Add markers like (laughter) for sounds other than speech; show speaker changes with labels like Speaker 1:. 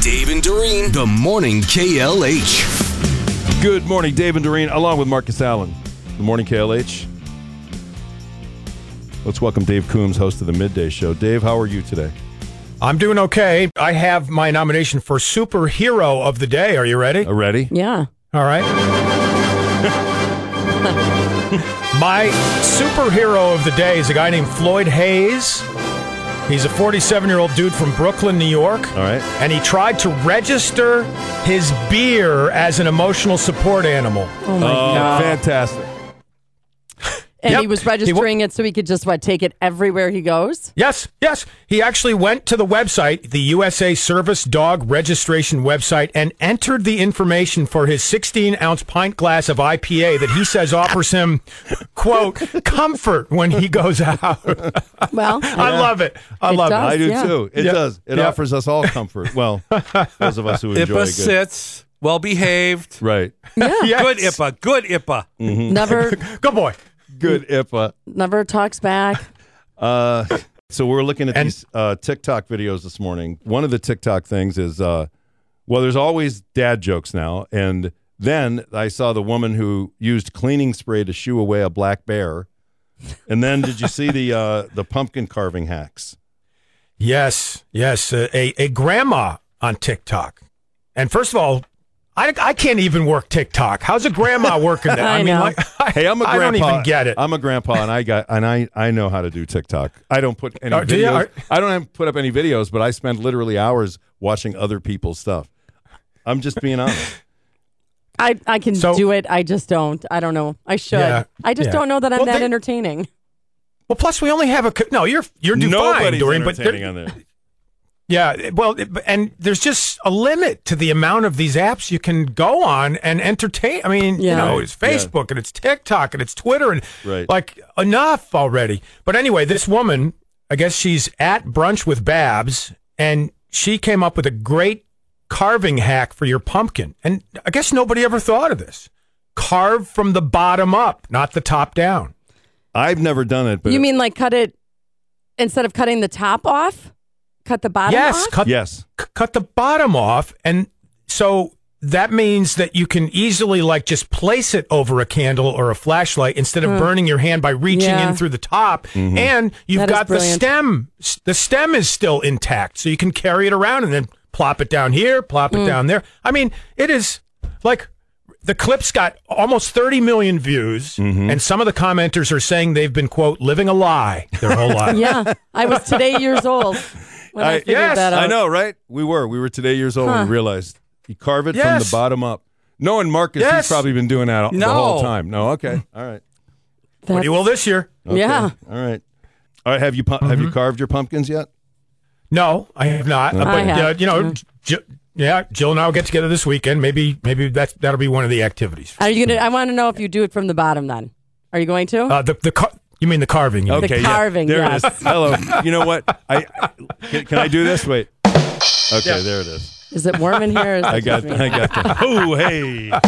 Speaker 1: Dave and Doreen, the morning KLH.
Speaker 2: Good morning, Dave and Doreen, along with Marcus Allen. Good morning, KLH. Let's welcome Dave Coombs, host of the Midday Show. Dave, how are you today?
Speaker 3: I'm doing okay. I have my nomination for superhero of the day. Are you ready?
Speaker 2: Uh, Ready?
Speaker 4: Yeah.
Speaker 3: All right. my superhero of the day is a guy named Floyd Hayes. He's a 47 year old dude from Brooklyn, New York.
Speaker 2: All right.
Speaker 3: And he tried to register his beer as an emotional support animal.
Speaker 4: Oh my
Speaker 2: Oh,
Speaker 4: god.
Speaker 2: fantastic.
Speaker 4: and he
Speaker 3: Yep.
Speaker 4: was
Speaker 3: He wa-
Speaker 4: registering it so he could just what take it everywhere he
Speaker 3: (laughs)
Speaker 4: goes.
Speaker 3: Yes, yes. He actually went to the website, the USA Service Dog Registration website, and entered the information for his 16 ounce pint glass of IPA that he says offers him, quote, comfort when he goes out. (laughs)
Speaker 4: Well,
Speaker 3: I love it. I
Speaker 4: It
Speaker 3: love
Speaker 4: does.
Speaker 2: I
Speaker 3: it.
Speaker 2: do
Speaker 4: Yeah.
Speaker 2: too. It
Speaker 3: Yeah.
Speaker 2: does. It
Speaker 3: Yeah.
Speaker 2: offers us all comfort.
Speaker 3: (laughs)
Speaker 2: Well, those of us who enjoy
Speaker 5: IPA
Speaker 2: good.
Speaker 5: sits, well behaved.
Speaker 2: Right.
Speaker 3: Yes.
Speaker 5: Good IPA, good IPA.
Speaker 3: (laughs)
Speaker 4: never
Speaker 3: Good boy.
Speaker 2: Good uh, IPA.
Speaker 4: never talks back.
Speaker 2: Uh, so we're looking at
Speaker 3: And-
Speaker 2: these uh, TikTok videos this morning. One of the TikTok things is, uh, well, there's always dad jokes now. And then I saw the woman who used cleaning spray to shoo away a black bear. And then did you see the uh, the pumpkin carving hacks?
Speaker 3: Yes, yes. A, a, a grandma on TikTok. And first of all, I, I can't even work TikTok. How's a
Speaker 4: (laughs)
Speaker 3: grandma working that?
Speaker 4: I know.
Speaker 2: Hey, I'm a
Speaker 3: (laughs) I
Speaker 2: grandpa.
Speaker 3: don't even get it.
Speaker 2: I'm a grandpa, and I got and I I know how to do TikTok. I don't put any
Speaker 3: Oh, do you?
Speaker 2: videos.
Speaker 3: Are-
Speaker 2: I don't have- put up any videos, but I spend literally hours watching other people's stuff. I'm just being honest.
Speaker 4: I, I can
Speaker 3: So-
Speaker 4: do it. I just don't. I don't know. I should.
Speaker 3: Yeah.
Speaker 4: I just
Speaker 3: Yeah.
Speaker 4: don't know that I'm
Speaker 3: Well,
Speaker 4: that
Speaker 3: they-
Speaker 4: entertaining.
Speaker 3: Well, plus we only have a co- no. You're you're doing fine,
Speaker 2: Nobody's
Speaker 3: Doreen. But
Speaker 2: entertaining
Speaker 3: there-
Speaker 2: on there.
Speaker 3: Yeah, well, it- and there's just a limit to the amount of these apps you can go on and entertain. I mean,
Speaker 4: Yeah.
Speaker 3: you know, it's Facebook and it's TikTok and it's Twitter and
Speaker 2: Right.
Speaker 3: like enough already. But anyway, this woman, I guess she's at brunch with Babs, and she came up with a great carving hack for your pumpkin. And I guess nobody ever thought of this: carve from the bottom up, not the top down.
Speaker 2: I've never done it, but
Speaker 4: you mean like cut it instead of cutting the top off, cut the bottom
Speaker 3: yes,
Speaker 4: off?
Speaker 3: cut
Speaker 2: yes,
Speaker 3: c- cut the bottom off and so that means that you can easily like just place it over a candle or a flashlight instead of burning your hand by reaching
Speaker 4: Mm. Yeah.
Speaker 3: in through the top and you've
Speaker 4: That is
Speaker 3: got the
Speaker 4: brilliant.
Speaker 3: stem S- the stem is still intact so you can carry it around and then plop it down here plop
Speaker 4: Mm.
Speaker 3: it down there i mean it is like the clip's got almost 30 million views and some of the commenters are saying they've been quote living a lie their
Speaker 4: (laughs)
Speaker 3: whole life
Speaker 4: yeah.
Speaker 3: (laughs)
Speaker 4: I was today years old when I,
Speaker 2: I-
Speaker 4: figured that out.
Speaker 2: I know, right? We were we were today years old when we realized you carve it from the
Speaker 3: Yes.
Speaker 2: bottom up. No, and Marcus,
Speaker 3: Yes.
Speaker 2: he's probably been doing that all- the whole
Speaker 5: No.
Speaker 2: time. No, okay, all right,
Speaker 3: what do you will this year
Speaker 2: Okay.
Speaker 4: (laughs) Yeah.
Speaker 2: all right, all right. Have you pu- have you carved your pumpkins yet?
Speaker 3: No, I have not. But
Speaker 4: I have. Mm.
Speaker 3: Uh, you know, J- yeah, Jill and I will get together this weekend. Maybe, maybe that that'll be one of the activities.
Speaker 4: Are you gonna? I want to know if you do it from the bottom. Then are you going to?
Speaker 3: Uh, the the car- you mean the carving? you mean.
Speaker 2: Okay, yeah.
Speaker 4: carving,
Speaker 2: There
Speaker 4: yes.
Speaker 2: it is. Hello. You know what? I, I can, can I do this? Wait. Okay, there it is.
Speaker 3: (laughs)
Speaker 4: Is it warm in here? Is
Speaker 2: I
Speaker 4: it just
Speaker 2: got.
Speaker 4: me?
Speaker 2: I got. That. Oh, hey.